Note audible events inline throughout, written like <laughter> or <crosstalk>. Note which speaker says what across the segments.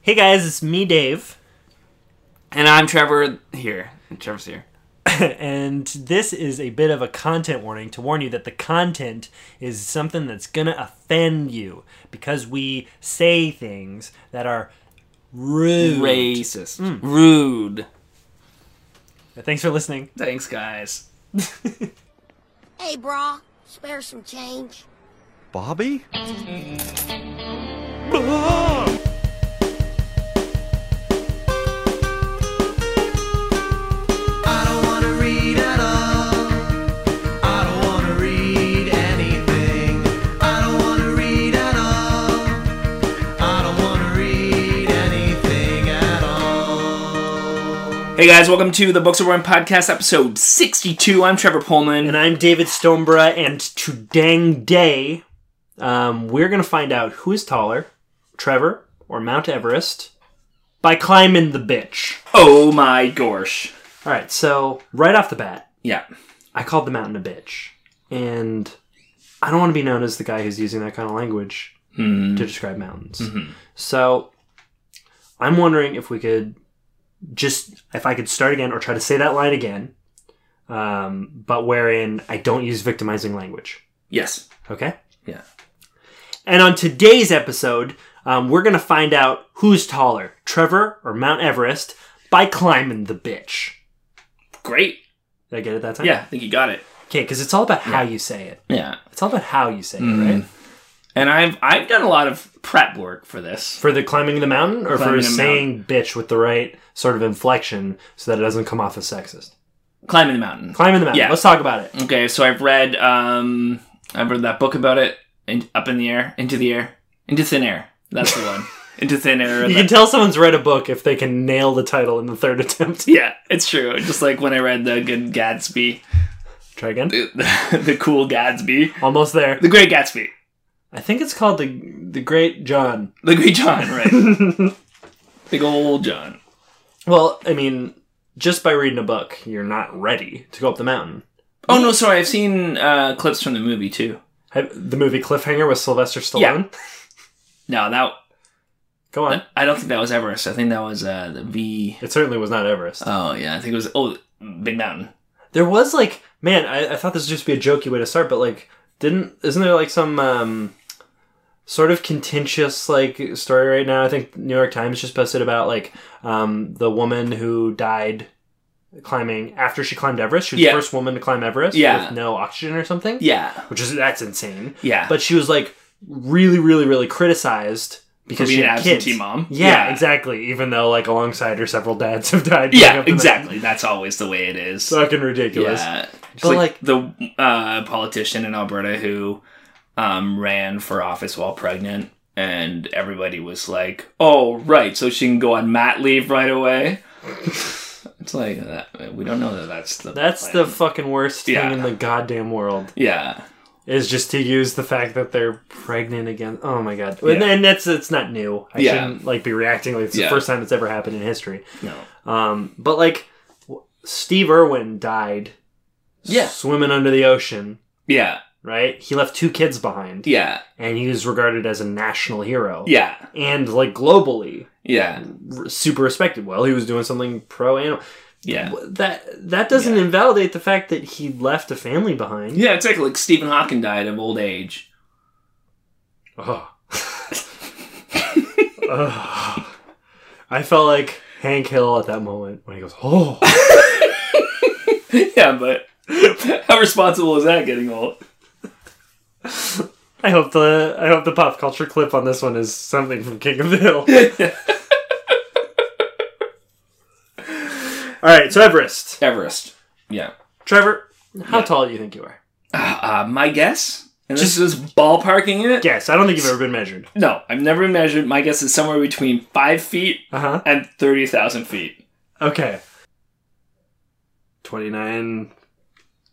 Speaker 1: Hey guys, it's me, Dave, <laughs>
Speaker 2: And I'm Trevor here. And Trevor's here.
Speaker 1: and this is a bit of a content warning to warn you that the content is something that's gonna offend you because we say things that are rude.
Speaker 2: Racist. Rude.
Speaker 1: Thanks for listening.
Speaker 2: Thanks, guys.
Speaker 3: Hey, brah, spare some change.
Speaker 4: Bobby?
Speaker 5: I don't wanna read at all. I don't wanna read anything. I don't wanna read at all. I don't wanna read anything at all.
Speaker 2: Hey, guys, welcome to the Books of One podcast, episode 62. I'm Trevor Pullman.
Speaker 1: And I'm David Stoneborough, and today, day, um, we're gonna find out who is taller, Trevor or Mount Everest, by climbing the bitch.
Speaker 2: oh my gosh.
Speaker 1: All right, so right off the bat,
Speaker 2: Yeah.
Speaker 1: I called the mountain a bitch. And I don't want to be known as the guy who's using that kind of language
Speaker 2: Hmm.
Speaker 1: to
Speaker 2: Mm-hmm.
Speaker 1: describe mountains. So I'm wondering if we could just, if I could start again or try to say that line again, um, but wherein I don't use victimizing language.
Speaker 2: Yes.
Speaker 1: Okay?
Speaker 2: Yeah.
Speaker 1: And on today's episode, um, we're going to find out who's taller, Trevor or Mount Everest, by climbing the bitch.
Speaker 2: Great.
Speaker 1: Did I get it that time?
Speaker 2: Yeah, I think you got it.
Speaker 1: Okay, because it's all about how you say it.
Speaker 2: Yeah. Mm-hmm.
Speaker 1: It's all about how you say it, right?
Speaker 2: And I've I've done a lot of prep work for this.
Speaker 1: For the climbing the mountain or
Speaker 2: Climbing
Speaker 1: for
Speaker 2: the
Speaker 1: saying bitch with the right sort of inflection so that it doesn't come off as sexist?
Speaker 2: Climbing the mountain.
Speaker 1: Climbing the mountain.
Speaker 2: Yeah.
Speaker 1: Let's talk about it.
Speaker 2: Okay, so I've read um I've read that book about it. In, up in the air, into the air, into thin air. That's the <laughs> one. into thin air.
Speaker 1: You
Speaker 2: that-
Speaker 1: can tell someone's read a book if they can nail the title in the third <laughs> attempt.
Speaker 2: Yeah, it's true. Just like when I read the Good Gatsby,
Speaker 1: Try again.
Speaker 2: the, <laughs> the cool Gatsby,
Speaker 1: Almost there.
Speaker 2: the Great Gatsby,
Speaker 1: I think it's called the the Great John.
Speaker 2: the Great
Speaker 1: <laughs>
Speaker 2: John, right? Big old John.
Speaker 1: Well, I mean, just by reading a book, you're not ready to go up the mountain.
Speaker 2: Oh no, sorry. I've seen uh, clips from the movie too.
Speaker 1: Have- The movie Cliffhanger with Sylvester Stallone.
Speaker 2: No, that
Speaker 1: Go on.
Speaker 2: I don't think that was Everest. I think that was uh, the V.
Speaker 1: It certainly was not Everest.
Speaker 2: Oh yeah, I think it was oh Big Mountain.
Speaker 1: There was like, man, I, I thought this would just be a jokey way to start, but like, didn't isn't there like some um, sort of contentious like story right now? I think New York Times just posted about like um, the woman who died climbing after she climbed Everest. She was
Speaker 2: Yeah.
Speaker 1: the first woman to climb Everest
Speaker 2: Yeah.
Speaker 1: with no oxygen or something.
Speaker 2: Yeah,
Speaker 1: which is that's insane.
Speaker 2: yeah.
Speaker 1: But she was like really, really, really criticized. Because
Speaker 2: being
Speaker 1: she
Speaker 2: an
Speaker 1: had
Speaker 2: absentee
Speaker 1: kids.
Speaker 2: mom.
Speaker 1: yeah,
Speaker 2: Yeah.
Speaker 1: exactly. Even though, like, alongside her, several dads have died. going
Speaker 2: yeah,
Speaker 1: up the mountain.
Speaker 2: exactly. That's always the way it is.
Speaker 1: Fucking ridiculous.
Speaker 2: Yeah. Just
Speaker 1: But,
Speaker 2: like, the uh, politician in Alberta who um, ran for office while pregnant, and everybody was like, "Oh, right, so she can go on mat leave right away." <laughs> it's like that, we don't know that that's the
Speaker 1: That's
Speaker 2: plan.
Speaker 1: the fucking worst thing
Speaker 2: Yeah.
Speaker 1: in the goddamn world
Speaker 2: yeah
Speaker 1: is just to use the fact that they're pregnant again. Oh my god! And,
Speaker 2: Yeah.
Speaker 1: and that's it's not new. I
Speaker 2: Yeah.
Speaker 1: shouldn't like be reacting like it's the
Speaker 2: Yeah.
Speaker 1: first time it's ever happened in history.
Speaker 2: no
Speaker 1: Um, but like w- Steve Irwin died
Speaker 2: yeah
Speaker 1: swimming under the ocean.
Speaker 2: yeah
Speaker 1: Right, he left two kids behind,
Speaker 2: yeah
Speaker 1: and he was regarded as a national hero.
Speaker 2: yeah
Speaker 1: and like globally,
Speaker 2: yeah
Speaker 1: r- super respected. Well, he was doing something pro animal.
Speaker 2: yeah
Speaker 1: That that doesn't
Speaker 2: Yeah.
Speaker 1: invalidate the fact that he left a family behind.
Speaker 2: yeah exactly like Stephen Hawking died of old age <laughs>
Speaker 1: Oh. I felt like Hank Hill at that moment when he goes, "Oh,
Speaker 2: yeah but <laughs> how responsible is that getting old <laughs>
Speaker 1: I hope the I hope the pop culture clip on this one is something from King of the Hill." All right, so Everest,
Speaker 2: Everest yeah
Speaker 1: Trevor, how tall do you think you are?
Speaker 2: uh, my guess and this is ballparking it
Speaker 1: Guess. I don't think you've ever been measured.
Speaker 2: No, I've never measured. My guess is somewhere between five feet
Speaker 1: Uh huh.
Speaker 2: and thirty thousand feet.
Speaker 1: Okay. Twenty nine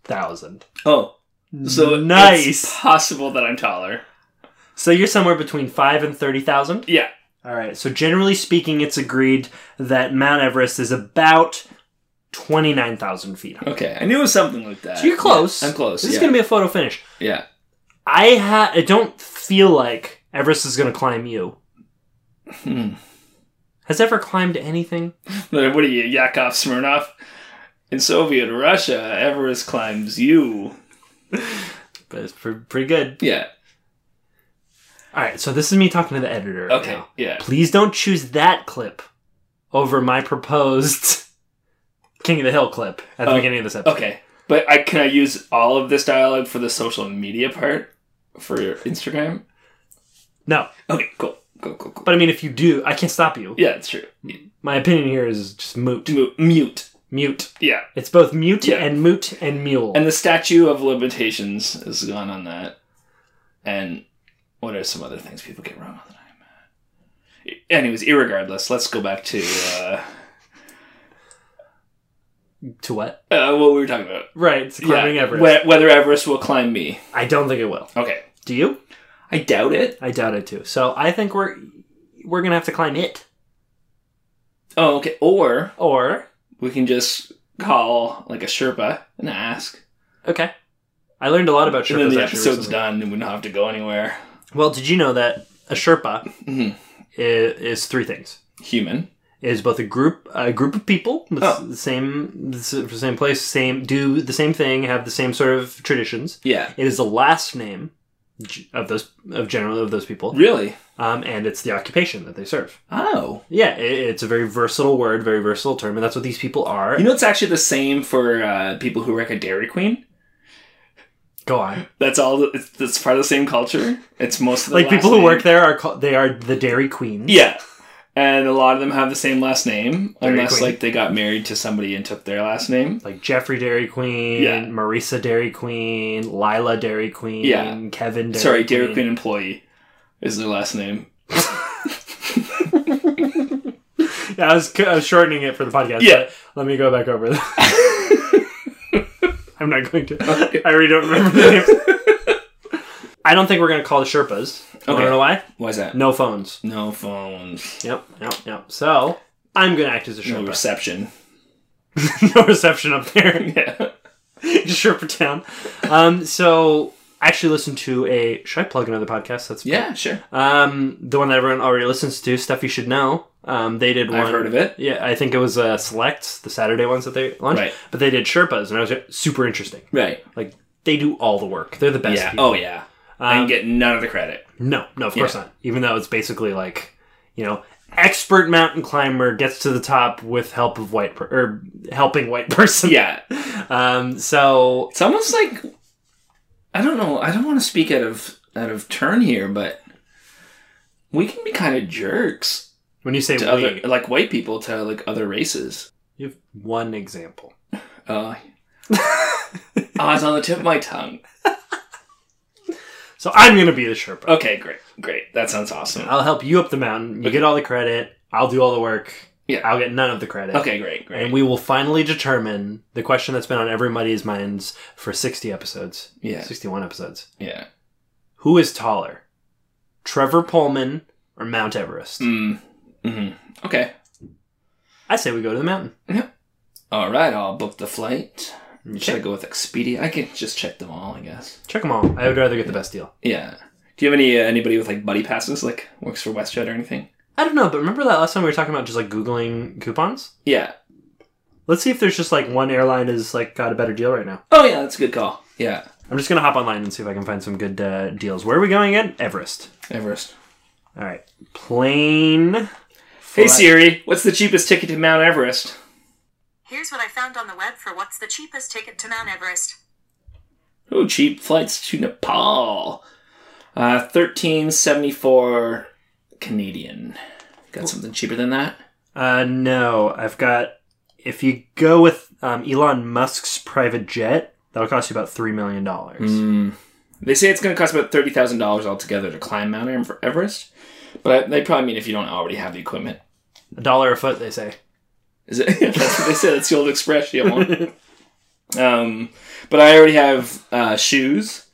Speaker 1: thousand.
Speaker 2: Oh, so it's
Speaker 1: Nice.
Speaker 2: possible that I'm taller.
Speaker 1: So you're somewhere between five and thirty thousand.
Speaker 2: Yeah,
Speaker 1: All right. So generally speaking, it's agreed that Mount Everest is about twenty nine thousand feet. High.
Speaker 2: okay. I knew it was something like that.
Speaker 1: So you're close.
Speaker 2: Yeah, I'm close.
Speaker 1: This
Speaker 2: yeah.
Speaker 1: is gonna be a photo finish.
Speaker 2: yeah.
Speaker 1: I ha- I don't feel like Everest is gonna climb you.
Speaker 2: Hmm.
Speaker 1: has ever climbed anything.
Speaker 2: Like, What are you, Yakov Smirnov? In Soviet Russia, Everest climbs you.
Speaker 1: But it's pre- pretty good.
Speaker 2: Yeah.
Speaker 1: All right, so this is me talking to the editor. right
Speaker 2: Okay.
Speaker 1: now.
Speaker 2: Yeah.
Speaker 1: Please don't choose that clip over my proposed <laughs> King of the Hill clip at the
Speaker 2: Oh,
Speaker 1: beginning of this episode.
Speaker 2: Okay. But I can I use all of this dialogue for the social media part for your Instagram?
Speaker 1: No,
Speaker 2: Okay. Cool. Cool. Cool. Cool.
Speaker 1: but I mean, if you do, I can't stop you.
Speaker 2: Yeah, it's true.
Speaker 1: My opinion here is just moot.
Speaker 2: Mu- Mute.
Speaker 1: Mute.
Speaker 2: Yeah.
Speaker 1: It's both mute
Speaker 2: Yeah.
Speaker 1: and moot and mule.
Speaker 2: And the statue of limitations is gone on that. And what are some other things people get wrong on the night? E, Anyways, irregardless, let's go back to uh,
Speaker 1: to what?
Speaker 2: uh, what we were talking about.
Speaker 1: Right, it's climbing
Speaker 2: Yeah,
Speaker 1: Everest.
Speaker 2: whe- Whether Everest will climb me.
Speaker 1: I don't think it will.
Speaker 2: Okay.
Speaker 1: Do you?
Speaker 2: I doubt it.
Speaker 1: I doubt it too. So I think we're we're gonna have to climb it,
Speaker 2: Oh, okay. Or
Speaker 1: or
Speaker 2: we can just call like a Sherpa and ask.
Speaker 1: okay. I learned a lot about Sherpas.
Speaker 2: and then the
Speaker 1: actually
Speaker 2: episode's
Speaker 1: recently.
Speaker 2: done and we don't have to go anywhere.
Speaker 1: Well, did you know that a Sherpa i-
Speaker 2: Mhm.
Speaker 1: is, three things?
Speaker 2: Human.
Speaker 1: It Is both a group a group of people, with
Speaker 2: Oh.
Speaker 1: the same the same place, same do the same thing, have the same sort of traditions.
Speaker 2: Yeah.
Speaker 1: It is the last name g- of those of generally of those people,
Speaker 2: Really?
Speaker 1: um, and it's the occupation that they serve.
Speaker 2: Oh.
Speaker 1: Yeah, i it's a very versatile word, very versatile term, and that's what these people are.
Speaker 2: You know, it's actually the same for uh, people who wreck a Dairy Queen.
Speaker 1: Go on.
Speaker 2: That's all. It's, that's part of the same culture. It's most of the
Speaker 1: Like
Speaker 2: last
Speaker 1: people who
Speaker 2: name.
Speaker 1: work there are called, they are the Dairy Queens.
Speaker 2: Yeah, and a lot of them have the same last name,
Speaker 1: Dairy
Speaker 2: unless
Speaker 1: Queen.
Speaker 2: like they got married to somebody and took their last name.
Speaker 1: Like Jeffrey Dairy Queen,
Speaker 2: Yeah.
Speaker 1: Marisa Dairy Queen, Lila Dairy Queen,
Speaker 2: Yeah.
Speaker 1: Kevin Dairy
Speaker 2: Sorry, Dairy Queen employee is their last name.
Speaker 1: Yeah, I was, c- I was shortening it for the podcast.
Speaker 2: Yeah.
Speaker 1: but let me go back over that.
Speaker 2: <laughs>
Speaker 1: <laughs> I'm not going to. I really don't remember the name.
Speaker 2: <laughs>
Speaker 1: I don't think we're going to call the Sherpas. I don't
Speaker 2: Okay.
Speaker 1: know why.
Speaker 2: Why's that?
Speaker 1: No phones.
Speaker 2: No phones.
Speaker 1: Yep, yep, yep. So I'm going to act as a <laughs>
Speaker 2: No
Speaker 1: Sherpa.
Speaker 2: reception. <laughs>
Speaker 1: no reception up there.
Speaker 2: Yeah.
Speaker 1: <laughs> Just Sherpa town. Um, so I actually listened to a. Should I plug another podcast? That's
Speaker 2: Yeah. Sure.
Speaker 1: Um, the one that everyone already listens to, stuff you should know. Um, they did one.
Speaker 2: I've heard of it.
Speaker 1: Yeah, I think it was uh, Select, the Saturday ones that they launched.
Speaker 2: Right.
Speaker 1: But they did Sherpas, and I was super interesting.
Speaker 2: Right.
Speaker 1: Like they do all the work. They're the best.
Speaker 2: yeah.
Speaker 1: people. Um,
Speaker 2: Oh yeah. and get none of
Speaker 1: <laughs>
Speaker 2: the credit.
Speaker 1: No, no, of course
Speaker 2: Yeah.
Speaker 1: not. Even though it's basically like, you know, expert mountain climber gets to the top with help of white per- or helping white <laughs> person.
Speaker 2: Yeah.
Speaker 1: Um. So
Speaker 2: It's almost like I don't know. I don't want to speak out of out of turn here, but we can be kind of jerks
Speaker 1: when you say we,
Speaker 2: to other like white people to like other races.
Speaker 1: you have one example. <laughs>
Speaker 2: Uh, ah, it's on the tip of my tongue.
Speaker 1: So I'm gonna be the Sherpa.
Speaker 2: Okay, great, great. That sounds awesome.
Speaker 1: I'll help you up the mountain. You get all the credit. I'll do all the work.
Speaker 2: Yeah.
Speaker 1: I'll get none of the credit.
Speaker 2: Okay, great, great.
Speaker 1: And we will finally determine the question that's been on everybody's minds for 60 episodes.
Speaker 2: Yeah.
Speaker 1: 61 episodes.
Speaker 2: yeah.
Speaker 1: Who is taller? Trevor Pullman or Mount Everest?
Speaker 2: Mm. hmm Okay.
Speaker 1: I say we go to the mountain.
Speaker 2: All right. I'll book the flight. Should I
Speaker 1: Check,
Speaker 2: go with Expedia? I can just check them all, I guess.
Speaker 1: check them all. I would rather get the best deal.
Speaker 2: Yeah. Do you have any uh, anybody with like buddy passes, like works for WestJet or anything?
Speaker 1: I don't know, but remember that last time we were talking about just like Googling coupons?
Speaker 2: Yeah.
Speaker 1: Let's see if there's just like one airline has like got a better deal right now.
Speaker 2: Oh yeah, that's a good call. Yeah.
Speaker 1: I'm just gonna hop online and see if I can find some good uh, deals. Where are we going again? Everest.
Speaker 2: Everest.
Speaker 1: All right, plane.
Speaker 2: Hey
Speaker 1: Flight-
Speaker 2: Siri, what's the cheapest ticket to Mount Everest?
Speaker 4: Here's what I found on the web for what's the cheapest ticket to Mount Everest.
Speaker 2: Oh, cheap flights to Nepal. Uh, thirteen seventy four Canadian. Got something cheaper than that?
Speaker 1: Uh, no, I've got. If you go with um, Elon Musk's private jet, that'll cost you about three million dollars.
Speaker 2: Hmm. They say it's going to cost about thirty thousand dollars altogether to climb Mount Em- Everest, but I, they probably mean if you don't already have the equipment.
Speaker 1: A dollar a foot, they say.
Speaker 2: Is it? <laughs> that's what they say. That's the old expression. <laughs> um, but I already have uh, shoes,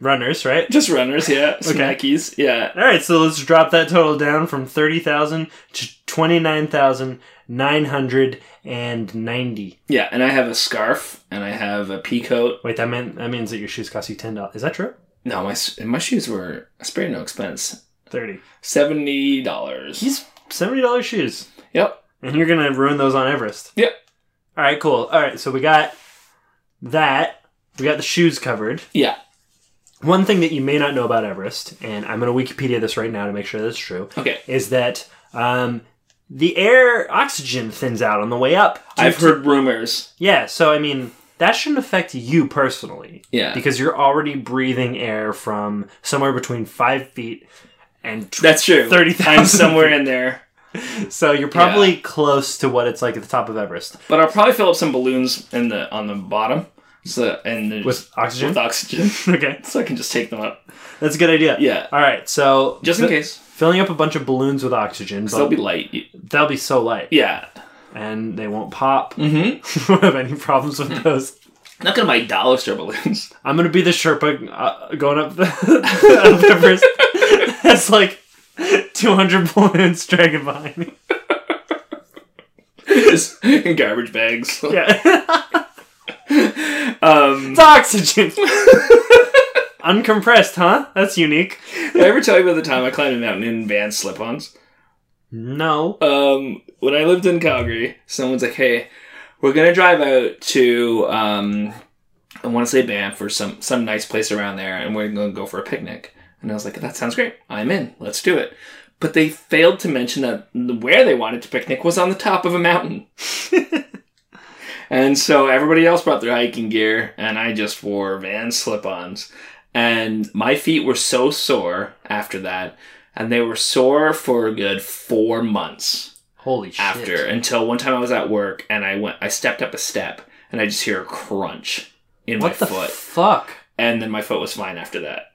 Speaker 1: Runners, right?
Speaker 2: just runners. Yeah, some
Speaker 1: Okay.
Speaker 2: Nikes. Yeah.
Speaker 1: All right, so let's drop that total down from thirty thousand to twenty nine thousand nine hundred and ninety.
Speaker 2: Yeah, and I have a scarf and I have a pea coat.
Speaker 1: Wait, that meant that means that your shoes cost you ten dollars. Is that true?
Speaker 2: No, my s- my shoes were I spared no expense.
Speaker 1: Thirty.
Speaker 2: Seventy dollars.
Speaker 1: He's seventy dollars shoes,
Speaker 2: Yep.
Speaker 1: and you're gonna ruin those on Everest.
Speaker 2: Yep.
Speaker 1: All right, cool. All right, so we got that. We got the shoes covered.
Speaker 2: Yeah.
Speaker 1: One thing that you may not know about Everest, and I'm gonna Wikipedia this right now to make sure that's true,
Speaker 2: Okay.
Speaker 1: is that um, the air oxygen thins out on the way up.
Speaker 2: I've heard rumors.
Speaker 1: Yeah, so I mean, that shouldn't affect you personally.
Speaker 2: Yeah.
Speaker 1: Because you're already breathing air from somewhere between five feet and tw-
Speaker 2: That's true.
Speaker 1: 30,000 <laughs>
Speaker 2: I'm somewhere in there.
Speaker 1: So you're probably close to what it's like at the top of Everest
Speaker 2: But I'll probably fill up some balloons in the on the bottom. So and the,
Speaker 1: with oxygen.
Speaker 2: with oxygen.
Speaker 1: <laughs>
Speaker 2: <laughs>
Speaker 1: okay,
Speaker 2: so I can just take them up.
Speaker 1: that's a good idea.
Speaker 2: Yeah.
Speaker 1: All right, so
Speaker 2: Just in
Speaker 1: fi-
Speaker 2: case.
Speaker 1: filling up a bunch of balloons with oxygen,
Speaker 2: So they'll
Speaker 1: but
Speaker 2: be light. Y-
Speaker 1: they'll be so light,
Speaker 2: Yeah.
Speaker 1: and they won't pop.
Speaker 2: Mm-hmm.
Speaker 1: <laughs> won't have any problems with those.
Speaker 2: Not gonna buy dollar store balloons. <laughs>
Speaker 1: I'm gonna be the Sherpa uh, going up the <laughs> up Everest. <laughs> That's like 200 balloons dragging behind me.
Speaker 2: Just in
Speaker 1: <laughs>
Speaker 2: garbage bags.
Speaker 1: Yeah,
Speaker 2: Um
Speaker 1: it's oxygen. <laughs> Uncompressed, huh? That's unique.
Speaker 2: did I ever tell you about the time I climbed a mountain in Vans slip-ons?
Speaker 1: No.
Speaker 2: Um when I lived in Calgary, someone's like, Hey, we're gonna drive out to um I wanna say Banff or some some nice place around there and we're gonna go for a picnic. And I was like, That sounds great. I'm in, let's do it. But they failed to mention that where they wanted to picnic was on the top of
Speaker 1: <laughs>
Speaker 2: a mountain. And so everybody else brought their hiking gear, and I just wore van slip ons. And my feet were so sore after that, and they were sore for a good four months
Speaker 1: Holy shit.
Speaker 2: after until one time I was at work and I went, I stepped up a step, and I just hear a crunch in
Speaker 1: What
Speaker 2: my
Speaker 1: the
Speaker 2: foot,
Speaker 1: fuck?
Speaker 2: and then my foot was fine after that.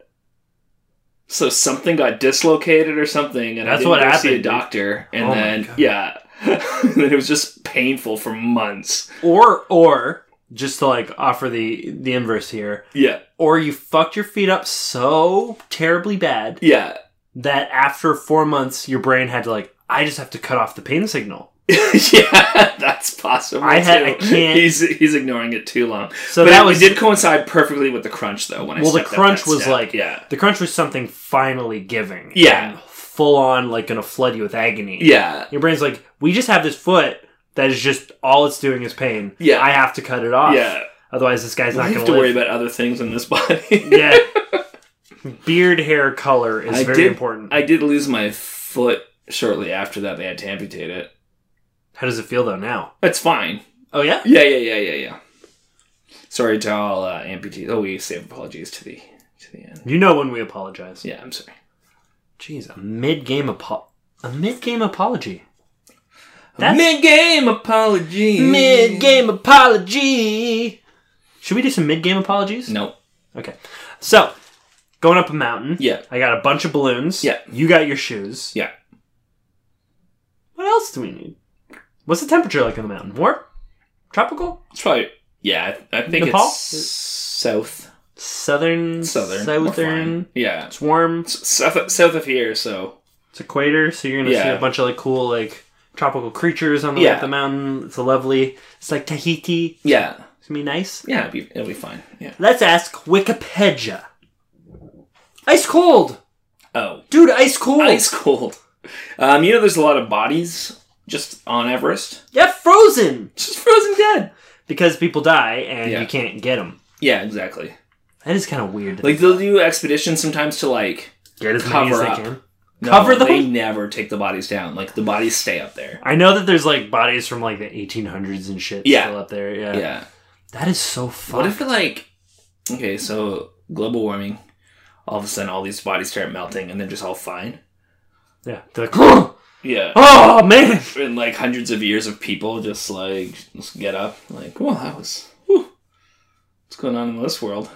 Speaker 2: So something got dislocated or something, and
Speaker 1: That's
Speaker 2: I didn't
Speaker 1: what
Speaker 2: go
Speaker 1: happened,
Speaker 2: see a
Speaker 1: dude.
Speaker 2: doctor, and
Speaker 1: Oh my
Speaker 2: then
Speaker 1: God.
Speaker 2: yeah, <laughs> and then it was just painful for months.
Speaker 1: Or, or, just to like offer the the inverse here,
Speaker 2: Yeah,
Speaker 1: or you fucked your feet up so terribly bad
Speaker 2: yeah. <laughs>
Speaker 1: that after four months, your brain had to like, I just have to cut off the pain signal.
Speaker 2: yeah, that's possible.
Speaker 1: I had-
Speaker 2: too.
Speaker 1: I can't-
Speaker 2: He's he's ignoring it too long.
Speaker 1: So
Speaker 2: but
Speaker 1: that
Speaker 2: it
Speaker 1: was-
Speaker 2: did coincide perfectly with the crunch though. When I
Speaker 1: well, the
Speaker 2: stepped up
Speaker 1: crunch
Speaker 2: that
Speaker 1: was
Speaker 2: step.
Speaker 1: like,
Speaker 2: yeah,
Speaker 1: the crunch was something finally giving.
Speaker 2: Yeah.
Speaker 1: And full on, like, gonna flood you with agony.
Speaker 2: yeah,
Speaker 1: Your brain's like, we just have this foot that is just all it's doing is pain.
Speaker 2: Yeah.
Speaker 1: I have to cut it off.
Speaker 2: yeah.
Speaker 1: Otherwise, this guy's
Speaker 2: I
Speaker 1: not
Speaker 2: have
Speaker 1: gonna
Speaker 2: to
Speaker 1: live.
Speaker 2: worry about other things in this <laughs> body.
Speaker 1: yeah.
Speaker 2: <laughs>
Speaker 1: Beard hair color is
Speaker 2: I
Speaker 1: very
Speaker 2: did-
Speaker 1: important.
Speaker 2: I did lose my foot shortly after that. They had to amputate it.
Speaker 1: How does it feel though now?
Speaker 2: It's fine.
Speaker 1: Oh yeah.
Speaker 2: Yeah, yeah, yeah, yeah, yeah. Sorry to all uh, amputees. Oh, we save apologies to the to the end.
Speaker 1: You know when we apologize.
Speaker 2: Yeah, I'm sorry.
Speaker 1: Jeez, a mid game apo- a mid game apology. That's-
Speaker 2: Mid game apology.
Speaker 1: Mid game apology. Should we do some mid game apologies?
Speaker 2: No.
Speaker 1: Okay. So, going up a mountain.
Speaker 2: Yeah.
Speaker 1: I got a bunch of balloons.
Speaker 2: Yeah.
Speaker 1: You got your shoes.
Speaker 2: Yeah.
Speaker 1: What else do we need? What's the temperature like on the mountain? Warm? Tropical?
Speaker 2: It's probably yeah. I I think
Speaker 1: Nepal?
Speaker 2: it's south,
Speaker 1: Southern?
Speaker 2: southern, We're
Speaker 1: Southern.
Speaker 2: fine. Yeah,
Speaker 1: It's warm.
Speaker 2: S- south, south of here. So
Speaker 1: It's equator, so you're gonna see
Speaker 2: Yeah.
Speaker 1: a bunch of like cool like tropical creatures on the way
Speaker 2: Yeah.
Speaker 1: up the mountain. It's a lovely. It's like Tahiti.
Speaker 2: yeah,
Speaker 1: It's gonna be nice.
Speaker 2: yeah, it'll be, it'll be fine. Yeah.
Speaker 1: Let's ask Wikipedia. Ice cold,
Speaker 2: Oh,
Speaker 1: dude. Ice cold.
Speaker 2: ice cold. Um, you know, there's a lot of bodies just on Everest,
Speaker 1: Yeah, frozen
Speaker 2: just frozen dead.
Speaker 1: because people die and
Speaker 2: Yeah.
Speaker 1: you can't get them.
Speaker 2: Yeah, exactly.
Speaker 1: That is kind of weird.
Speaker 2: Like they'll do expeditions sometimes to like
Speaker 1: get as
Speaker 2: cover
Speaker 1: many as they
Speaker 2: up.
Speaker 1: can.
Speaker 2: no,
Speaker 1: Cover them?
Speaker 2: They never take the bodies down. Like the bodies stay up there.
Speaker 1: I know that there's like bodies from like the 1800s and shit
Speaker 2: Yeah.
Speaker 1: still up there. Yeah.
Speaker 2: Yeah.
Speaker 1: That is so fun.
Speaker 2: What if it like okay, so global warming. All of a sudden, all these bodies start melting, and they're just all fine.
Speaker 1: yeah. They're like, <gasps>
Speaker 2: Yeah.
Speaker 1: oh man. <laughs>
Speaker 2: and like hundreds of years of people just like just get up like well that was whew, what's going on in this world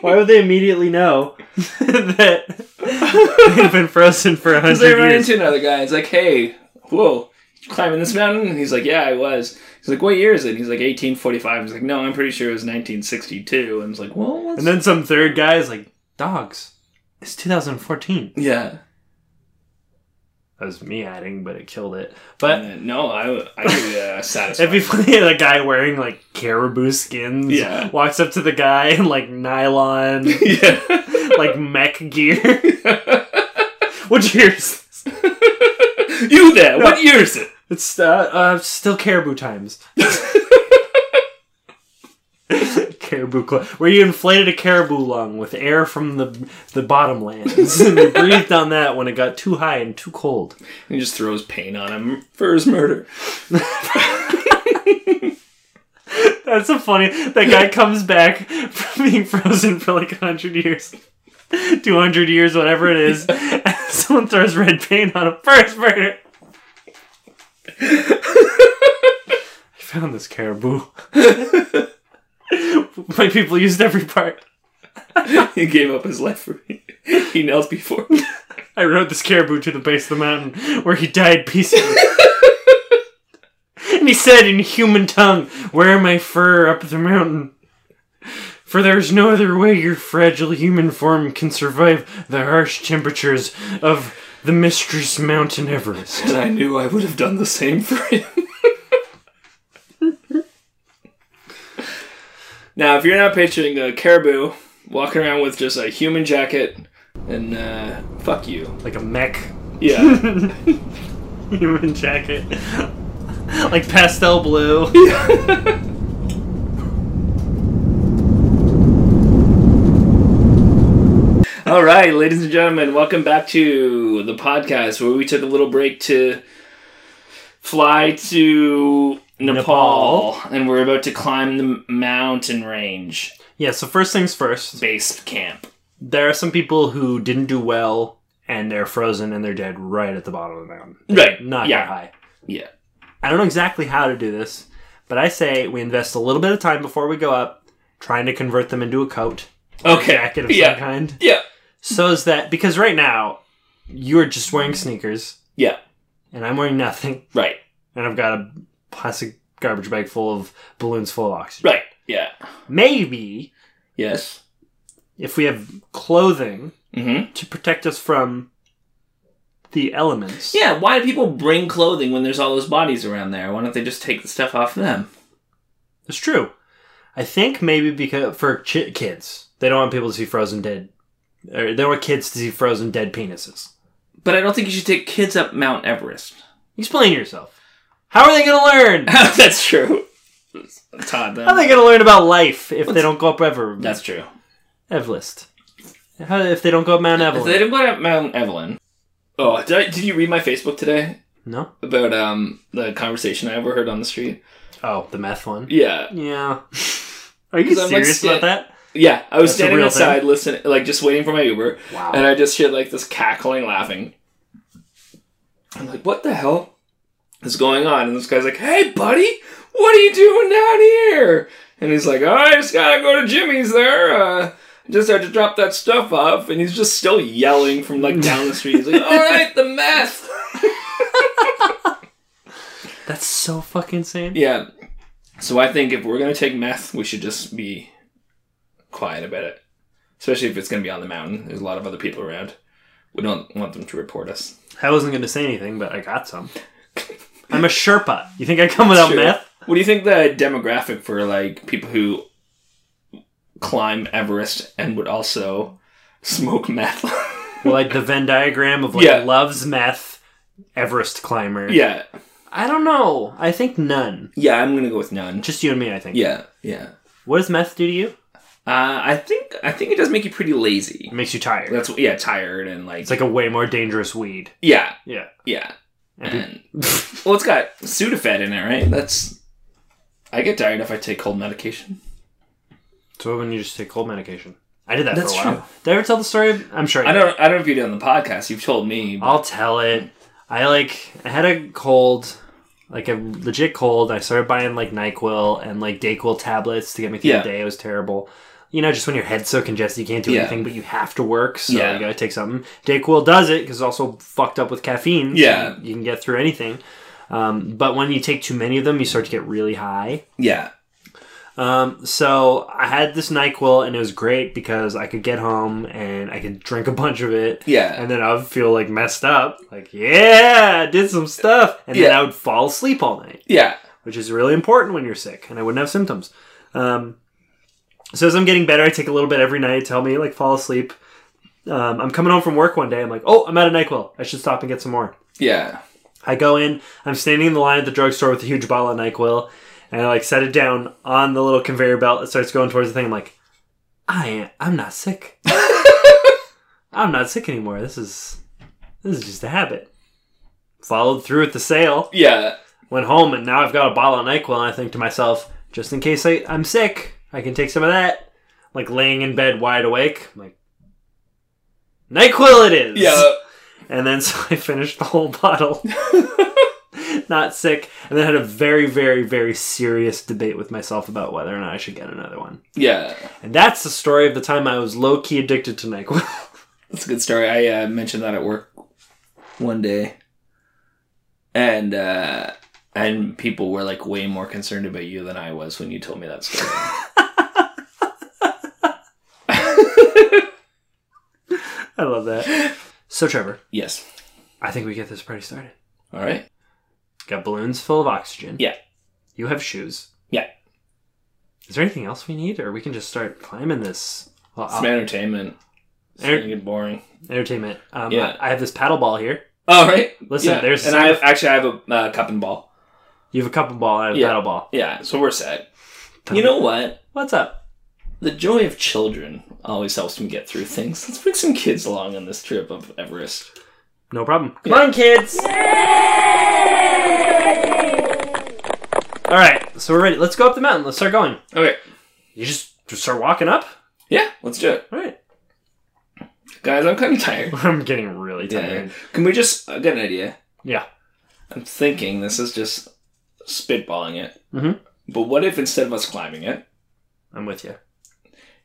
Speaker 1: Why would they immediately know <laughs> that <laughs> they've been frozen for a
Speaker 2: because they
Speaker 1: hundred
Speaker 2: run
Speaker 1: years?
Speaker 2: into another guy it's like hey whoa you climbing this mountain and he's like yeah i was he's like what year is it and he's like 1845 he's like no i'm pretty sure it was 1962 and it's like well what's...
Speaker 1: And then some third guy is like, "Dogs, it's 2014."
Speaker 2: yeah
Speaker 1: That was me adding, but it killed it.
Speaker 2: And
Speaker 1: But
Speaker 2: then- no i i
Speaker 1: <laughs>
Speaker 2: could, uh, satisfied
Speaker 1: it'd be funny if a guy wearing like caribou skins
Speaker 2: Yeah.
Speaker 1: walks up to the guy in like <laughs> nylon,
Speaker 2: <laughs> yeah
Speaker 1: like mech gear. <laughs> What's yours?
Speaker 2: You there? What year is it?
Speaker 1: It's uh, uh, still caribou times. <laughs> caribou cl- where you inflated a caribou lung with air from the the bottom lands and you breathed on that when it got too high and too cold.
Speaker 2: He just throws pain on him for his murder. <laughs>
Speaker 1: That's so funny. That guy comes back from being frozen for like 100 years, 200 years, whatever it is. <laughs> And someone throws red paint on him. First murder. I found this caribou. <laughs> My people used every part.
Speaker 2: He gave up his life for me. <laughs> He knelt before me.
Speaker 1: I rode this caribou to the base of the mountain where he died peacefully. and he said in human tongue, Wear my fur up the mountain. For there's no other way your fragile human form can survive the harsh temperatures of the mistress mountain Everest.
Speaker 2: And I knew I would have done the same for him. now, if you're not picturing a caribou walking around with just a human jacket, then uh, fuck you.
Speaker 1: Like a mech <laughs>
Speaker 2: Yeah.
Speaker 1: human jacket. like pastel blue.
Speaker 2: All right, ladies and gentlemen, welcome back to the podcast where we took a little break to fly to Nepal, and we're about to climb the mountain range
Speaker 1: Yeah, so first things first.
Speaker 2: base camp.
Speaker 1: There are some people who didn't do well and they're frozen and they're dead right at the bottom of the mountain.
Speaker 2: Right.
Speaker 1: Not
Speaker 2: Yeah.
Speaker 1: that high.
Speaker 2: Yeah.
Speaker 1: I don't know exactly how to do this, but I say we invest a little bit of time before we go up, trying to convert them into a coat,
Speaker 2: Okay.
Speaker 1: jacket of
Speaker 2: yeah.
Speaker 1: some kind.
Speaker 2: Yeah.
Speaker 1: So is that because right now you're just wearing sneakers
Speaker 2: Yeah.
Speaker 1: and I'm wearing nothing, <laughs>
Speaker 2: Right.
Speaker 1: and I've got a plastic garbage bag full of balloons full of oxygen.
Speaker 2: Right. Yeah.
Speaker 1: Maybe
Speaker 2: Yes.
Speaker 1: if we have clothing
Speaker 2: Mm-hmm.
Speaker 1: to protect us from the elements.
Speaker 2: Yeah. Why do people bring clothing when there's all those bodies around there? Why don't they just take the stuff off them?
Speaker 1: It's true. I think maybe because for chi- kids, they don't want people to see frozen dead. Or they don't want kids to see frozen dead penises.
Speaker 2: But I don't think you should take kids up Mount Everest. <laughs>
Speaker 1: Explain yourself. How are they going to learn? How
Speaker 2: That's true. Todd, then.
Speaker 1: are they going to learn about life if they don't go up Ever-
Speaker 2: That's true.
Speaker 1: Everest? How, if they don't go up Mount
Speaker 2: If
Speaker 1: Everest?
Speaker 2: they didn't go to Mount Evelyn. Oh, did, I, did you read my Facebook today
Speaker 1: no?
Speaker 2: about um the conversation I overheard on the street?
Speaker 1: Oh, the meth one?
Speaker 2: Yeah, <laughs>
Speaker 1: Yeah. Are you
Speaker 2: Because I'm, like,
Speaker 1: serious about
Speaker 2: sta-
Speaker 1: that?
Speaker 2: yeah. I was
Speaker 1: That's a
Speaker 2: standing
Speaker 1: real
Speaker 2: outside, listening, like just waiting for my Uber,
Speaker 1: Wow.
Speaker 2: and I just hear like this cackling, laughing. I'm like, what the hell is going on? And this guy's like, hey, buddy, what are you doing down here? And he's like, oh, I just gotta go to Jimmy's there. Uh, I just had to drop that stuff off. And he's just still yelling from like down the street. He's like, all right, the meth.
Speaker 1: That's so fucking insane.
Speaker 2: Yeah. So I think if we're gonna take meth, we should just be quiet about it. Especially if it's gonna be on the mountain. There's a lot of other people around. We don't want them to report us.
Speaker 1: I wasn't going to say anything, but I got some. I'm a Sherpa. You think I come without
Speaker 2: Sure.
Speaker 1: meth?
Speaker 2: What do you think the demographic for like people who climb Everest and would also smoke meth? <laughs>
Speaker 1: Well, like the Venn diagram of like
Speaker 2: Yeah.
Speaker 1: loves meth, Everest climber.
Speaker 2: yeah.
Speaker 1: I don't know. I think none.
Speaker 2: Yeah, I'm gonna go with none.
Speaker 1: Just you and me, I think.
Speaker 2: Yeah, yeah.
Speaker 1: What does meth do to you?
Speaker 2: Uh, I think I think it does make you pretty lazy.
Speaker 1: It makes you tired.
Speaker 2: That's yeah, tired and like,
Speaker 1: it's like a way more dangerous weed.
Speaker 2: yeah, <clears throat>
Speaker 1: Yeah.
Speaker 2: yeah. And well, it's got Sudafed in it, right? That's I get tired if I take cold medication.
Speaker 1: So when you just take cold medication. I did that
Speaker 2: That's
Speaker 1: for a while.
Speaker 2: true.
Speaker 1: Did I ever tell the story? I'm sure
Speaker 2: I
Speaker 1: did.
Speaker 2: don't I don't know if you did on the podcast. You've told me. but-
Speaker 1: I'll tell it. I like I had a cold, like a legit cold. I started buying like Nyquil and like Dayquil tablets to get me through
Speaker 2: Yeah.
Speaker 1: the day. It was terrible. You know, just when your head's so congested, you can't do
Speaker 2: Yeah.
Speaker 1: anything, but you have to work, so
Speaker 2: Yeah.
Speaker 1: you gotta take something. Dayquil does it because it's also fucked up with caffeine. so
Speaker 2: Yeah.
Speaker 1: you can get through anything. Um, but when you take too many of them, you start to get really high.
Speaker 2: yeah,
Speaker 1: Um, so I had this Nyquil, and it was great because I could get home and I could drink a bunch of it.
Speaker 2: yeah,
Speaker 1: And then I would feel like messed up. Like, yeah, I did some stuff. And then
Speaker 2: Yeah.
Speaker 1: I would fall asleep all night,
Speaker 2: yeah.
Speaker 1: which is really important when you're sick and I wouldn't have symptoms. Um, so as I'm getting better, I take a little bit every night to help me like fall asleep. Um, I'm coming home from work one day. I'm like, oh, I'm out of NyQuil. I should stop and get some more.
Speaker 2: Yeah.
Speaker 1: I go in. I'm standing in the line at the drugstore with a huge bottle of Nyquil, and I like set it down on the little conveyor belt. It starts going towards the thing. I'm like, I ain't, I'm not sick. I'm not sick anymore. This is this is just a habit. Followed through at the sale.
Speaker 2: Yeah.
Speaker 1: Went home, and now I've got a bottle of Nyquil. And I think to myself, just in case I, I'm sick, I can take some of that. Like laying in bed wide awake, I'm like Nyquil it is.
Speaker 2: Yeah.
Speaker 1: And then <laughs> so I finished the whole
Speaker 2: <laughs>
Speaker 1: bottle. Not sick. And then had a very, very, very serious debate with myself about whether or not I should get another one.
Speaker 2: Yeah.
Speaker 1: And that's the story of the time I was low key addicted to NyQuil. <laughs>
Speaker 2: That's a good story. I uh, mentioned that at work one day, and uh, and people were like way more concerned about you than I was when you told me that story.
Speaker 1: I love that. So, Trevor,
Speaker 2: <laughs> yes.
Speaker 1: I think we get this party started.
Speaker 2: All right.
Speaker 1: Got balloons full of oxygen.
Speaker 2: Yeah.
Speaker 1: You have shoes.
Speaker 2: Yeah.
Speaker 1: Is there anything else we need, or we can just start climbing this? Well,
Speaker 2: Some
Speaker 1: I'll-
Speaker 2: entertainment. It's
Speaker 1: Enter-
Speaker 2: gonna get boring.
Speaker 1: entertainment. Um,
Speaker 2: Yeah.
Speaker 1: I, I have this paddle ball here.
Speaker 2: All right.
Speaker 1: Listen,
Speaker 2: Yeah.
Speaker 1: there's
Speaker 2: and I have, actually I have a uh, cup and ball.
Speaker 1: You have a cup of ball. I have a
Speaker 2: Yeah.
Speaker 1: paddle ball.
Speaker 2: Yeah. So we're set. You know what?
Speaker 1: what's up?
Speaker 2: The joy of children always helps me get through things. Let's bring some kids along on this trip of Everest.
Speaker 1: No problem. Come
Speaker 2: Yeah.
Speaker 1: on, kids. All right, so we're ready. Let's go up the mountain. Let's start going.
Speaker 2: Okay.
Speaker 1: You just, just start walking up.
Speaker 2: Yeah. Let's do it,
Speaker 1: All right.
Speaker 2: guys. I'm kind of
Speaker 1: <laughs>
Speaker 2: tired.
Speaker 1: I'm getting really <laughs>
Speaker 2: Yeah.
Speaker 1: tired.
Speaker 2: Can we just I got an idea?
Speaker 1: Yeah.
Speaker 2: I'm thinking this is just spitballing it.
Speaker 1: Mhm.
Speaker 2: But what if instead of us climbing it,
Speaker 1: I'm with you.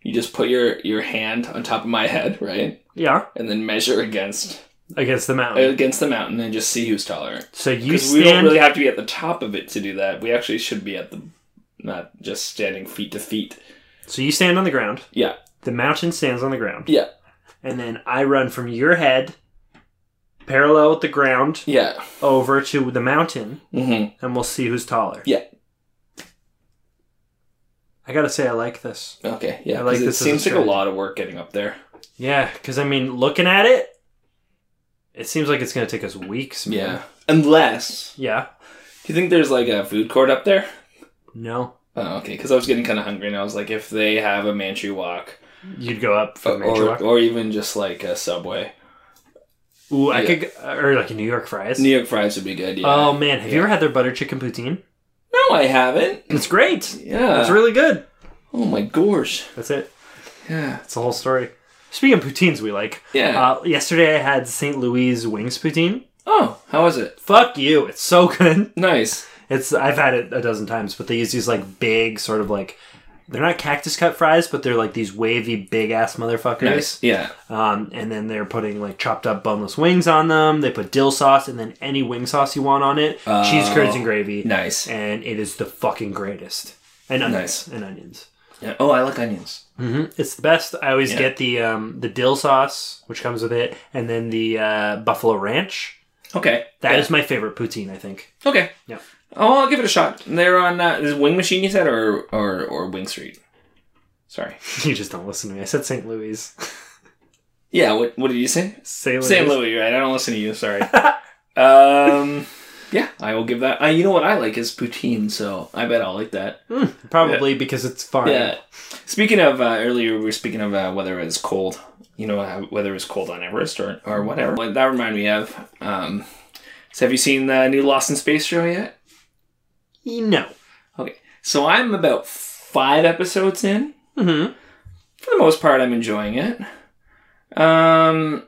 Speaker 2: you just put your your hand on top of my head, right,
Speaker 1: Yeah,
Speaker 2: and then measure against
Speaker 1: against the mountain.
Speaker 2: against the mountain and just see who's taller.
Speaker 1: So you
Speaker 2: Because Uh, we don't
Speaker 1: stand.
Speaker 2: really have to be at the top of it to do that. We actually should be at the not just standing feet to feet.
Speaker 1: so you stand on the ground.
Speaker 2: Yeah.
Speaker 1: The mountain stands on the ground,
Speaker 2: Yeah.
Speaker 1: and then I run from your head, parallel with the ground,
Speaker 2: Yeah.
Speaker 1: over to the mountain,
Speaker 2: hmm
Speaker 1: and we'll see who's taller.
Speaker 2: Yeah.
Speaker 1: I gotta say, I like this.
Speaker 2: Okay. Yeah.
Speaker 1: I like
Speaker 2: 'cause it
Speaker 1: this as a
Speaker 2: seems like a
Speaker 1: strategy.
Speaker 2: lot of work getting up there.
Speaker 1: Yeah, because I mean, looking at it, it seems like it's going to take us weeks. man.
Speaker 2: Yeah. Unless
Speaker 1: Yeah.
Speaker 2: do you think there's like a food court up there?
Speaker 1: No.
Speaker 2: Oh, okay. Because I was getting kind of hungry, and I was like, if they have a Mantry Walk,
Speaker 1: You'd go up for the
Speaker 2: Uh, or,
Speaker 1: major walk.
Speaker 2: or even just like a Subway,
Speaker 1: Ooh, I
Speaker 2: yeah.
Speaker 1: could, g- or like a New York fries.
Speaker 2: New York fries would be good. Yeah.
Speaker 1: Oh man, have you
Speaker 2: Yeah.
Speaker 1: ever had their butter chicken poutine?
Speaker 2: no, I haven't.
Speaker 1: It's great.
Speaker 2: Yeah.
Speaker 1: It's really good.
Speaker 2: oh my gosh.
Speaker 1: That's it.
Speaker 2: Yeah.
Speaker 1: That's the whole story. Speaking of poutines, we like.
Speaker 2: Yeah.
Speaker 1: Uh, yesterday I had St. Louis wings poutine.
Speaker 2: oh, how was it?
Speaker 1: Fuck you. It's so good.
Speaker 2: Nice.
Speaker 1: It's I've had it a dozen times, but they use these like big sort of like they're not cactus cut fries, but they're like these wavy big ass motherfuckers.
Speaker 2: Nice. Yeah.
Speaker 1: Um, and then they're putting like chopped up boneless wings on them. They put dill sauce and then any wing sauce you want on it. cheese curds and gravy.
Speaker 2: Oh. Nice.
Speaker 1: And it is the fucking greatest. And onions.
Speaker 2: Nice.
Speaker 1: And onions.
Speaker 2: Yeah. Oh, I like onions.
Speaker 1: hmm It's the best. I always
Speaker 2: Yeah.
Speaker 1: get the um, the dill sauce, which comes with it, and then the uh, buffalo ranch.
Speaker 2: Okay.
Speaker 1: That is
Speaker 2: yeah.
Speaker 1: my favorite poutine, I think. <laughs>
Speaker 2: okay.
Speaker 1: Yeah.
Speaker 2: Oh, I'll give it a shot. They're on uh, is it Wing Machine you said, or or or Wing Street. Sorry.
Speaker 1: You just don't listen to me. I said St. Louis. <laughs>
Speaker 2: Yeah. What What did you say?
Speaker 1: St. Louis.
Speaker 2: St. Louis, right? I don't listen to
Speaker 1: <laughs>
Speaker 2: you. Sorry. um, yeah, I will give that. Uh, you know what I like is poutine, so I bet I'll like that.
Speaker 1: Probably because it's fine.
Speaker 2: Yeah. Speaking of uh, earlier, we were speaking of uh, whether it's cold. You know, how- whether it's cold on Everest or or whatever. What that reminded me of. Um, so have you seen the new Lost in Space show yet?
Speaker 1: No.
Speaker 2: Okay, so I'm about five episodes in.
Speaker 1: hmm
Speaker 2: for the most part, I'm enjoying it. Um,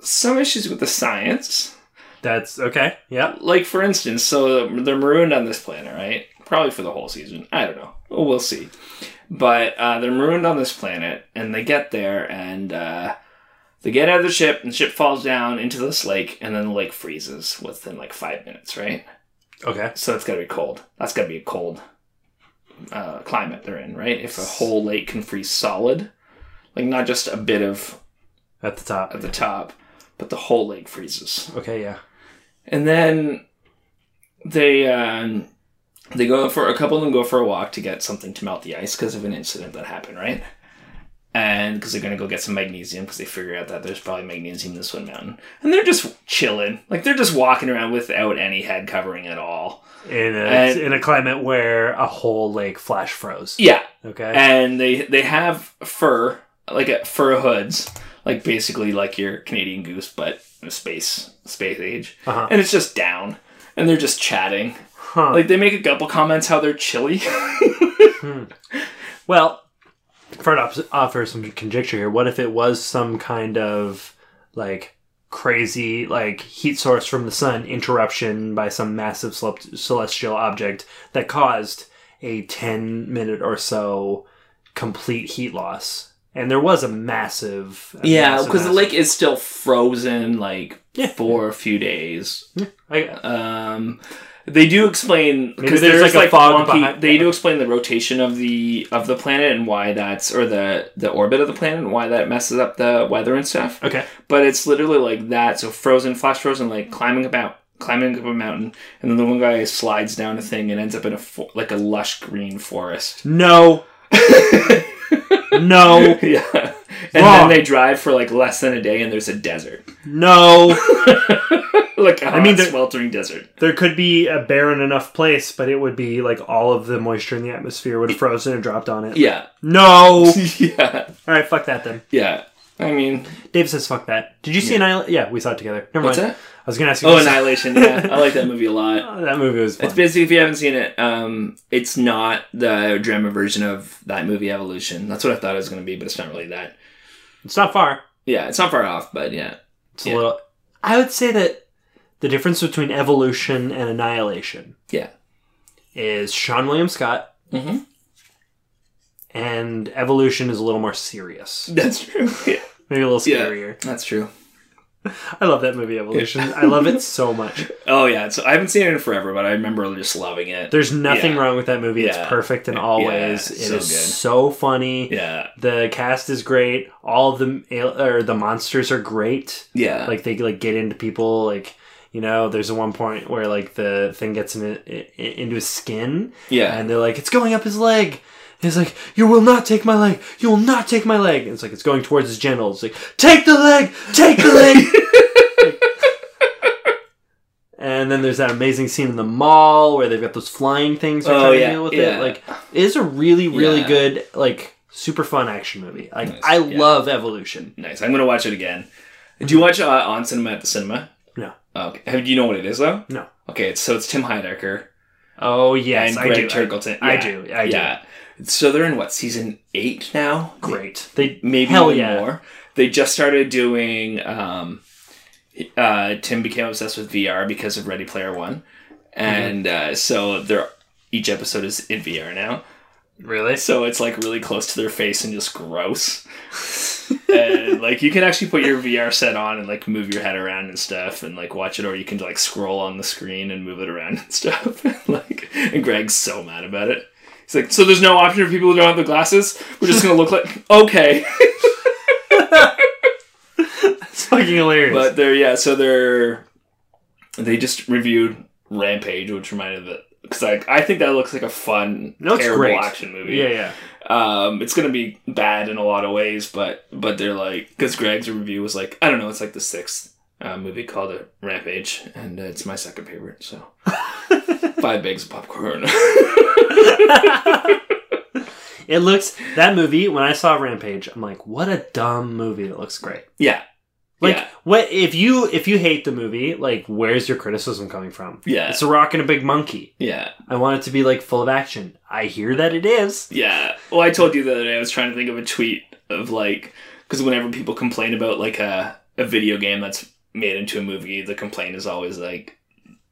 Speaker 2: some issues with the science.
Speaker 1: That's okay. Yeah.
Speaker 2: like for instance, so they're marooned on this planet, right? Probably for the whole season. I don't know. Well, we'll see. But uh, they're marooned on this planet, and they get there, and uh, they get out of the ship, and the ship falls down into this lake, and then the lake freezes within like five minutes, right?
Speaker 1: Okay.
Speaker 2: So that's got to be cold. That's got to be a cold uh, climate they're in, right? If a whole lake can freeze solid, like not just a bit of
Speaker 1: At the top.
Speaker 2: at the top, but the whole lake freezes.
Speaker 1: Okay. Yeah.
Speaker 2: And then they um, they go for a couple of them go for a walk to get something to melt the ice because of an incident that happened, right? and because they're gonna go get some magnesium because they figure out that there's probably magnesium in this one mountain, and they're just chilling, like they're just walking around without any head covering at all.
Speaker 1: in a,
Speaker 2: And-
Speaker 1: in a climate where a whole lake flash froze.
Speaker 2: Yeah,
Speaker 1: Okay.
Speaker 2: and they they have fur like uh, fur hoods, like basically like your Canadian goose, but in a space space age,
Speaker 1: Uh-huh.
Speaker 2: and it's just down, and they're just chatting.
Speaker 1: Huh.
Speaker 2: Like they make a couple comments how they're chilly. <laughs>
Speaker 1: Hmm. well, Fred op- offers some conjecture here. What if it was some kind of like crazy like heat source from the sun interruption by some massive celep- celestial object that caused a 10 minute or so complete heat loss and there was a massive a
Speaker 2: yeah,
Speaker 1: massive,
Speaker 2: because the
Speaker 1: massive-
Speaker 2: lake is still frozen like
Speaker 1: Yeah.
Speaker 2: for a few days.
Speaker 1: I,
Speaker 2: Um, they do explain
Speaker 1: Maybe
Speaker 2: because there's, like, a
Speaker 1: fog
Speaker 2: wonky,
Speaker 1: behind-
Speaker 2: They do explain the rotation of the of the planet and why that's or the the orbit of the planet and why that messes up the weather and stuff.
Speaker 1: okay
Speaker 2: But it's literally like that. So frozen, flash frozen, like climbing about, climbing up a mountain, and then the one guy slides down a thing and ends up in a fo- like a lush green forest. <laughs>
Speaker 1: no <laughs> no
Speaker 2: yeah, and then
Speaker 1: Wrong.
Speaker 2: they drive for like less than a day, and there's a desert,
Speaker 1: no
Speaker 2: like a hot,
Speaker 1: mean, they're-
Speaker 2: sweltering desert.
Speaker 1: There could be a barren enough place, but it would be like all of the moisture in the atmosphere would have frozen and dropped on it.
Speaker 2: Yeah,
Speaker 1: No. all
Speaker 2: <laughs> yeah,
Speaker 1: right, fuck that then.
Speaker 2: yeah. I mean,
Speaker 1: Dave says fuck that. Did you see Annihilation? Yeah, we saw it together. Never
Speaker 2: What's
Speaker 1: mind.
Speaker 2: that?
Speaker 1: I was gonna ask you.
Speaker 2: oh,
Speaker 1: this.
Speaker 2: Annihilation. Yeah, I like that movie a <laughs> lot.
Speaker 1: Oh, that movie was fun.
Speaker 2: It's basically if you haven't seen it, um, it's not the drama version of that movie Evolution. That's what I thought it was going to be, but it's not really that.
Speaker 1: it's not far.
Speaker 2: Yeah, it's not far off, but yeah.
Speaker 1: It's a little. I would say that the difference between evolution and annihilation.
Speaker 2: Yeah.
Speaker 1: Is Sean William Scott
Speaker 2: Mm-hmm.
Speaker 1: and evolution is a little more serious,
Speaker 2: <laughs> That's true. <laughs> Yeah,
Speaker 1: maybe a little
Speaker 2: Yeah.
Speaker 1: scarier.
Speaker 2: that's true.
Speaker 1: I love that movie Evolution. I love it so
Speaker 2: <laughs>
Speaker 1: much.
Speaker 2: Oh yeah, so I haven't seen it in forever, but I remember just loving it.
Speaker 1: There's nothing
Speaker 2: Yeah.
Speaker 1: wrong with that movie.
Speaker 2: Yeah.
Speaker 1: It's perfect in all
Speaker 2: Yeah,
Speaker 1: ways. It is
Speaker 2: so good.
Speaker 1: so funny.
Speaker 2: yeah,
Speaker 1: The cast is great. All of the al- or the monsters are great.
Speaker 2: yeah,
Speaker 1: Like they like get into people. Like you know, there's one point where like the thing gets in, i i- into his skin,
Speaker 2: yeah,
Speaker 1: and they're like, "It's going up his leg." And He's like, you will not take my leg. You will not take my leg. And it's like it's going towards his genitals. It's like, take the leg, take the
Speaker 2: <laughs>
Speaker 1: leg. and then there's that amazing scene in the mall where they've got those flying things. They're
Speaker 2: Oh,
Speaker 1: trying
Speaker 2: yeah,
Speaker 1: to deal with
Speaker 2: yeah.
Speaker 1: it. Like, it is a really, really
Speaker 2: Yeah.
Speaker 1: good, like, super fun action movie. Like,
Speaker 2: Nice,
Speaker 1: I
Speaker 2: yeah.
Speaker 1: love Evolution.
Speaker 2: nice. I'm gonna watch it again. Did you watch uh, on cinema at the cinema? Oh,
Speaker 1: No.
Speaker 2: Okay. Have do you know what it is though?
Speaker 1: No.
Speaker 2: Okay, it's, so it's Tim Heidecker
Speaker 1: Oh yes,
Speaker 2: and
Speaker 1: I do.
Speaker 2: Greg
Speaker 1: I,
Speaker 2: Turkleton.
Speaker 1: I
Speaker 2: Yeah.
Speaker 1: do. I do.
Speaker 2: Yeah. So they're in what season eight now?
Speaker 1: Great. They
Speaker 2: maybe
Speaker 1: Hell
Speaker 2: even
Speaker 1: yeah.
Speaker 2: more. They just started doing. Um, uh, Tim became obsessed with VR because of Ready Player One,
Speaker 1: Mm-hmm.
Speaker 2: and uh, so they're each episode is in VR now.
Speaker 1: <laughs> really.
Speaker 2: So it's like really close to their face and just gross. and like you can actually put your VR set on and like move your head around and stuff and like watch it, or you can like scroll on the screen and move it around and <laughs> stuff. like, and Greg's so mad about it. He's like, so there's no option for people who don't have the glasses. We're just gonna look like <laughs>
Speaker 1: <laughs>
Speaker 2: okay.
Speaker 1: It's fucking hilarious.
Speaker 2: But they're yeah, so they're they just reviewed Rampage, which reminded me because like I think that looks like a fun
Speaker 1: No, it's
Speaker 2: terrible
Speaker 1: great.
Speaker 2: action movie.
Speaker 1: yeah, yeah.
Speaker 2: Um, it's gonna be bad in a lot of ways, but but they're like because Greg's review was like I don't know, it's like the sixth uh, movie called it Rampage, and uh, it's my second favorite. So five bags of popcorn. <laughs>
Speaker 1: <laughs> It looks that movie when I saw Rampage, I'm like, what a dumb movie that looks great.
Speaker 2: yeah,
Speaker 1: Like
Speaker 2: Yeah.
Speaker 1: what if you if you hate the movie, like where's your criticism coming from?
Speaker 2: yeah,
Speaker 1: It's a rock and a big monkey.
Speaker 2: yeah.
Speaker 1: I want it to be like full of action. I hear that it is. <laughs>
Speaker 2: Yeah. Well, I told you the other day I was trying to think of a tweet of like because whenever people complain about like a a video game that's made into a movie, the complaint is always like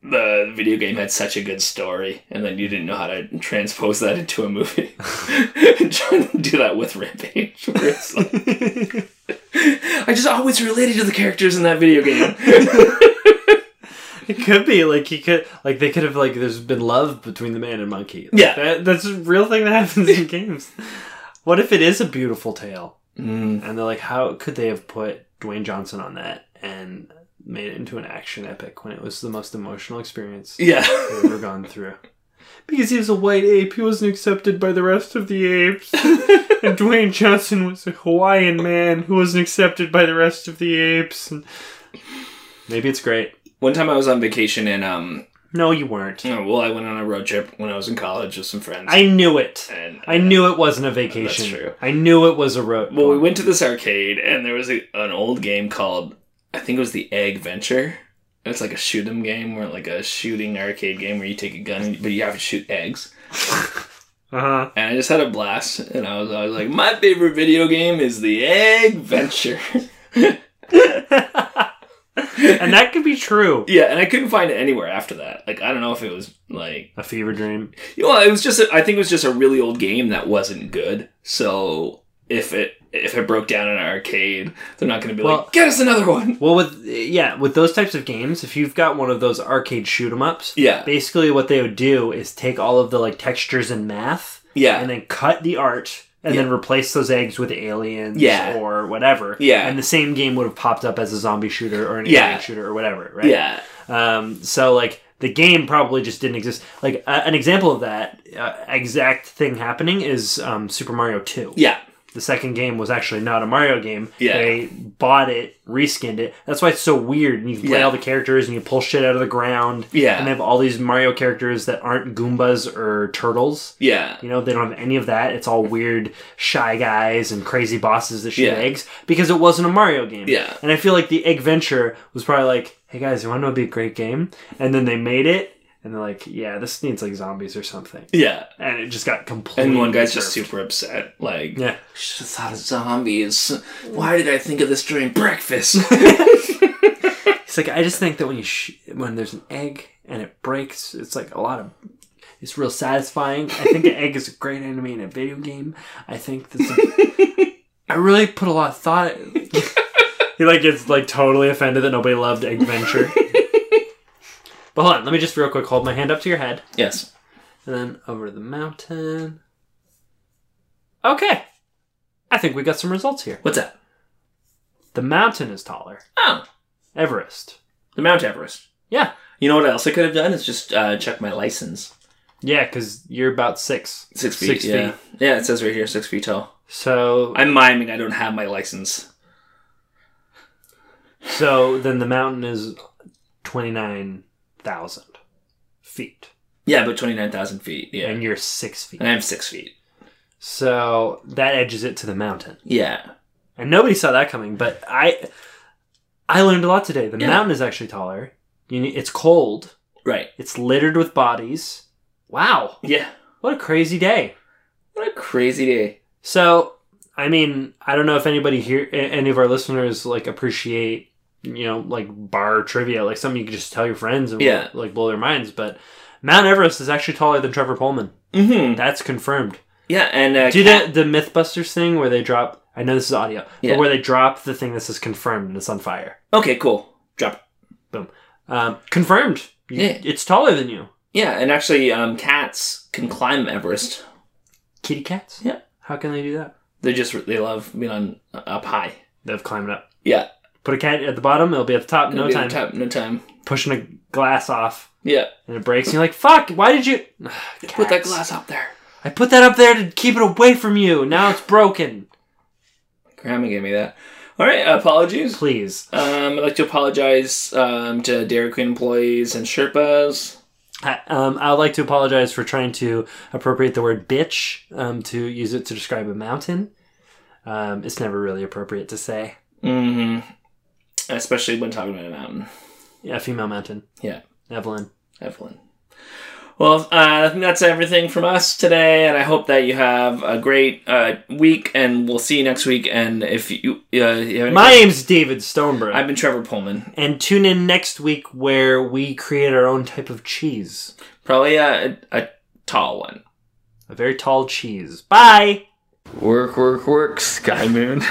Speaker 2: the video game had such a good story, and then you didn't know how to transpose that into a movie. <laughs> trying to do that with Rampage, <laughs> where it's like, I just always related to the characters in that video game.
Speaker 1: It could be like you could like they could have like there's been love between the man and monkey. Like,
Speaker 2: Yeah.
Speaker 1: that, that's a real thing that happens
Speaker 2: <laughs>
Speaker 1: in games. What if it is a beautiful tale?
Speaker 2: Mm.
Speaker 1: And they're like, how could they have put Dwayne Johnson on that and made it into an action epic when it was the most emotional experience
Speaker 2: Yeah. <laughs>
Speaker 1: they've ever <laughs> gone through? Because he was a white ape, he wasn't accepted by the rest of the apes. and Dwayne Johnson was a Hawaiian man who wasn't accepted by the rest of the apes. And maybe it's great.
Speaker 2: One time I was on vacation in um
Speaker 1: No, you weren't.
Speaker 2: oh, well I went on a road trip when I was in college with some friends.
Speaker 1: I knew it.
Speaker 2: and
Speaker 1: I knew it wasn't a vacation.
Speaker 2: true.
Speaker 1: I knew it was a road.
Speaker 2: well we went to this arcade and there was a, an old game called I think it was the Egg Venture. It's like a shoot 'em game or like a shooting arcade game where you take a gun and, but you have to shoot eggs.
Speaker 1: Uh huh.
Speaker 2: And I just had a blast and I was always like my favorite video game is the Egg Venture. <laughs>
Speaker 1: And that could be true.
Speaker 2: yeah, and I couldn't find it anywhere after that. Like I don't know if it was like
Speaker 1: <laughs> A fever dream.
Speaker 2: You know, it was just. A, I think it was just a really old game that wasn't good. So if it if it broke down in an arcade, they're not going to be
Speaker 1: Well-
Speaker 2: like, get us another one.
Speaker 1: Well, with yeah, with those types of games, if you've got one of those arcade shoot 'em ups,
Speaker 2: Yeah.
Speaker 1: basically what they would do is take all of the like textures and math,
Speaker 2: Yeah.
Speaker 1: and then cut the art and then replace those eggs with aliens,
Speaker 2: Yeah.
Speaker 1: or whatever,
Speaker 2: Yeah.
Speaker 1: and the same game would have popped up as a zombie shooter or an
Speaker 2: Yeah.
Speaker 1: alien shooter or whatever, right?
Speaker 2: Yeah,
Speaker 1: Um, so like the game probably just didn't exist. Like uh, an example of that uh, exact thing happening is um, Super Mario Two.
Speaker 2: yeah,
Speaker 1: The second game was actually not a Mario game.
Speaker 2: Yeah.
Speaker 1: They bought it, reskinned it. That's why it's so weird. And you can play
Speaker 2: Yeah.
Speaker 1: all the characters and you pull shit out of the ground.
Speaker 2: Yeah.
Speaker 1: And they have all these Mario characters that aren't Goombas or turtles.
Speaker 2: yeah,
Speaker 1: You know, they don't have any of that. It's all weird, shy guys and crazy bosses that shoot
Speaker 2: Yeah.
Speaker 1: eggs because it wasn't a Mario game.
Speaker 2: Yeah.
Speaker 1: And I feel like the Egg Venture was probably like, hey guys, you want to know what'd be a great game? And then they made it and they're like, yeah, this needs like zombies or something.
Speaker 2: yeah.
Speaker 1: And it just got completely.
Speaker 2: And one guy's just
Speaker 1: usurped.
Speaker 2: super upset. Like,
Speaker 1: Yeah.
Speaker 2: should have thought of zombies. Why did I think of this during
Speaker 1: <laughs>
Speaker 2: breakfast?
Speaker 1: It's like I just think that when you sh- when there's an egg and it breaks, it's like a lot of it's real satisfying. I think an egg is a great enemy in a video game. I think that's a- I really put a lot of thought. <laughs> he like gets like totally offended that nobody loved Egg Venture. <laughs> but hold on, let me just real quick hold my hand up to your head
Speaker 2: yes.
Speaker 1: and then over the mountain. Okay, I think we got some results here.
Speaker 2: What's that?
Speaker 1: The mountain is taller.
Speaker 2: Oh,
Speaker 1: Everest.
Speaker 2: the Mount Everest.
Speaker 1: Yeah.
Speaker 2: You know what else I could have done is just uh, check my license.
Speaker 1: Yeah, because you're about six.
Speaker 2: Six feet. yeah. Yeah, it says right here, six feet tall.
Speaker 1: So,
Speaker 2: I'm miming. I don't have my license.
Speaker 1: so then the mountain is twenty nine thousand feet,
Speaker 2: Yeah, but twenty nine thousand feet. Yeah,
Speaker 1: and you're six feet.
Speaker 2: and I'm six feet.
Speaker 1: So that edges it to the mountain,
Speaker 2: Yeah,
Speaker 1: and nobody saw that coming. But I, I learned a lot today. The
Speaker 2: Yeah.
Speaker 1: mountain is actually taller. You, ne- it's cold.
Speaker 2: right.
Speaker 1: It's littered with bodies. Wow,
Speaker 2: Yeah.
Speaker 1: what a crazy day!
Speaker 2: What a crazy day.
Speaker 1: So, I mean, I don't know if anybody here, a- any of our listeners, like appreciate, you know, like bar trivia, like something you could just tell your friends and
Speaker 2: Yeah.
Speaker 1: like blow their minds. But Mount Everest is actually taller than Trevor Pullman.
Speaker 2: Mm-hmm.
Speaker 1: That's confirmed.
Speaker 2: Yeah, and uh,
Speaker 1: Do you
Speaker 2: Kat-
Speaker 1: know the MythBusters thing where they drop? I know this is audio,
Speaker 2: Yeah.
Speaker 1: but where they drop the thing that says confirmed and it's on fire.
Speaker 2: Okay, cool. Drop. it.
Speaker 1: Um, confirmed. You-
Speaker 2: Yeah.
Speaker 1: It's taller than you.
Speaker 2: Yeah, and actually, um, cats can climb Everest.
Speaker 1: Kitty cats.
Speaker 2: Yeah.
Speaker 1: How can they do that?
Speaker 2: They just they love being on up high.
Speaker 1: They've climbed up.
Speaker 2: Yeah.
Speaker 1: Put a cat at the bottom; it'll be at the top. in No
Speaker 2: It'll
Speaker 1: time.
Speaker 2: be the top- no time.
Speaker 1: Pushing a glass off.
Speaker 2: Yeah.
Speaker 1: and it breaks. And you're like, "Fuck! Why did you
Speaker 2: Put that
Speaker 1: Cats.
Speaker 2: glass up there.
Speaker 1: I put that up there to keep it away from you. Now it's broken.
Speaker 2: Grandma gave me that. All right, apologies.
Speaker 1: Please,
Speaker 2: Um, I'd like to apologize um, to Dairy Queen employees and Sherpas.
Speaker 1: I, um, I would like to apologize for trying to appropriate the word bitch um, to use it to describe a mountain. Um, it's never really appropriate to say
Speaker 2: hmm Especially when talking about a mountain.
Speaker 1: yeah, female mountain.
Speaker 2: Yeah.
Speaker 1: Evelyn.
Speaker 2: Evelyn. Well, uh, I think that's everything from us today, and I hope that you have a great uh, week, and we'll see you next week. And if you, uh, you have any-
Speaker 1: My name's David Stonebrook,
Speaker 2: I've been Trevor Pullman.
Speaker 1: and tune in next week where we create our own type of cheese,
Speaker 2: Probably a, a tall one.
Speaker 1: a very tall cheese. Bye.
Speaker 2: Work, work, work, Sky Moon.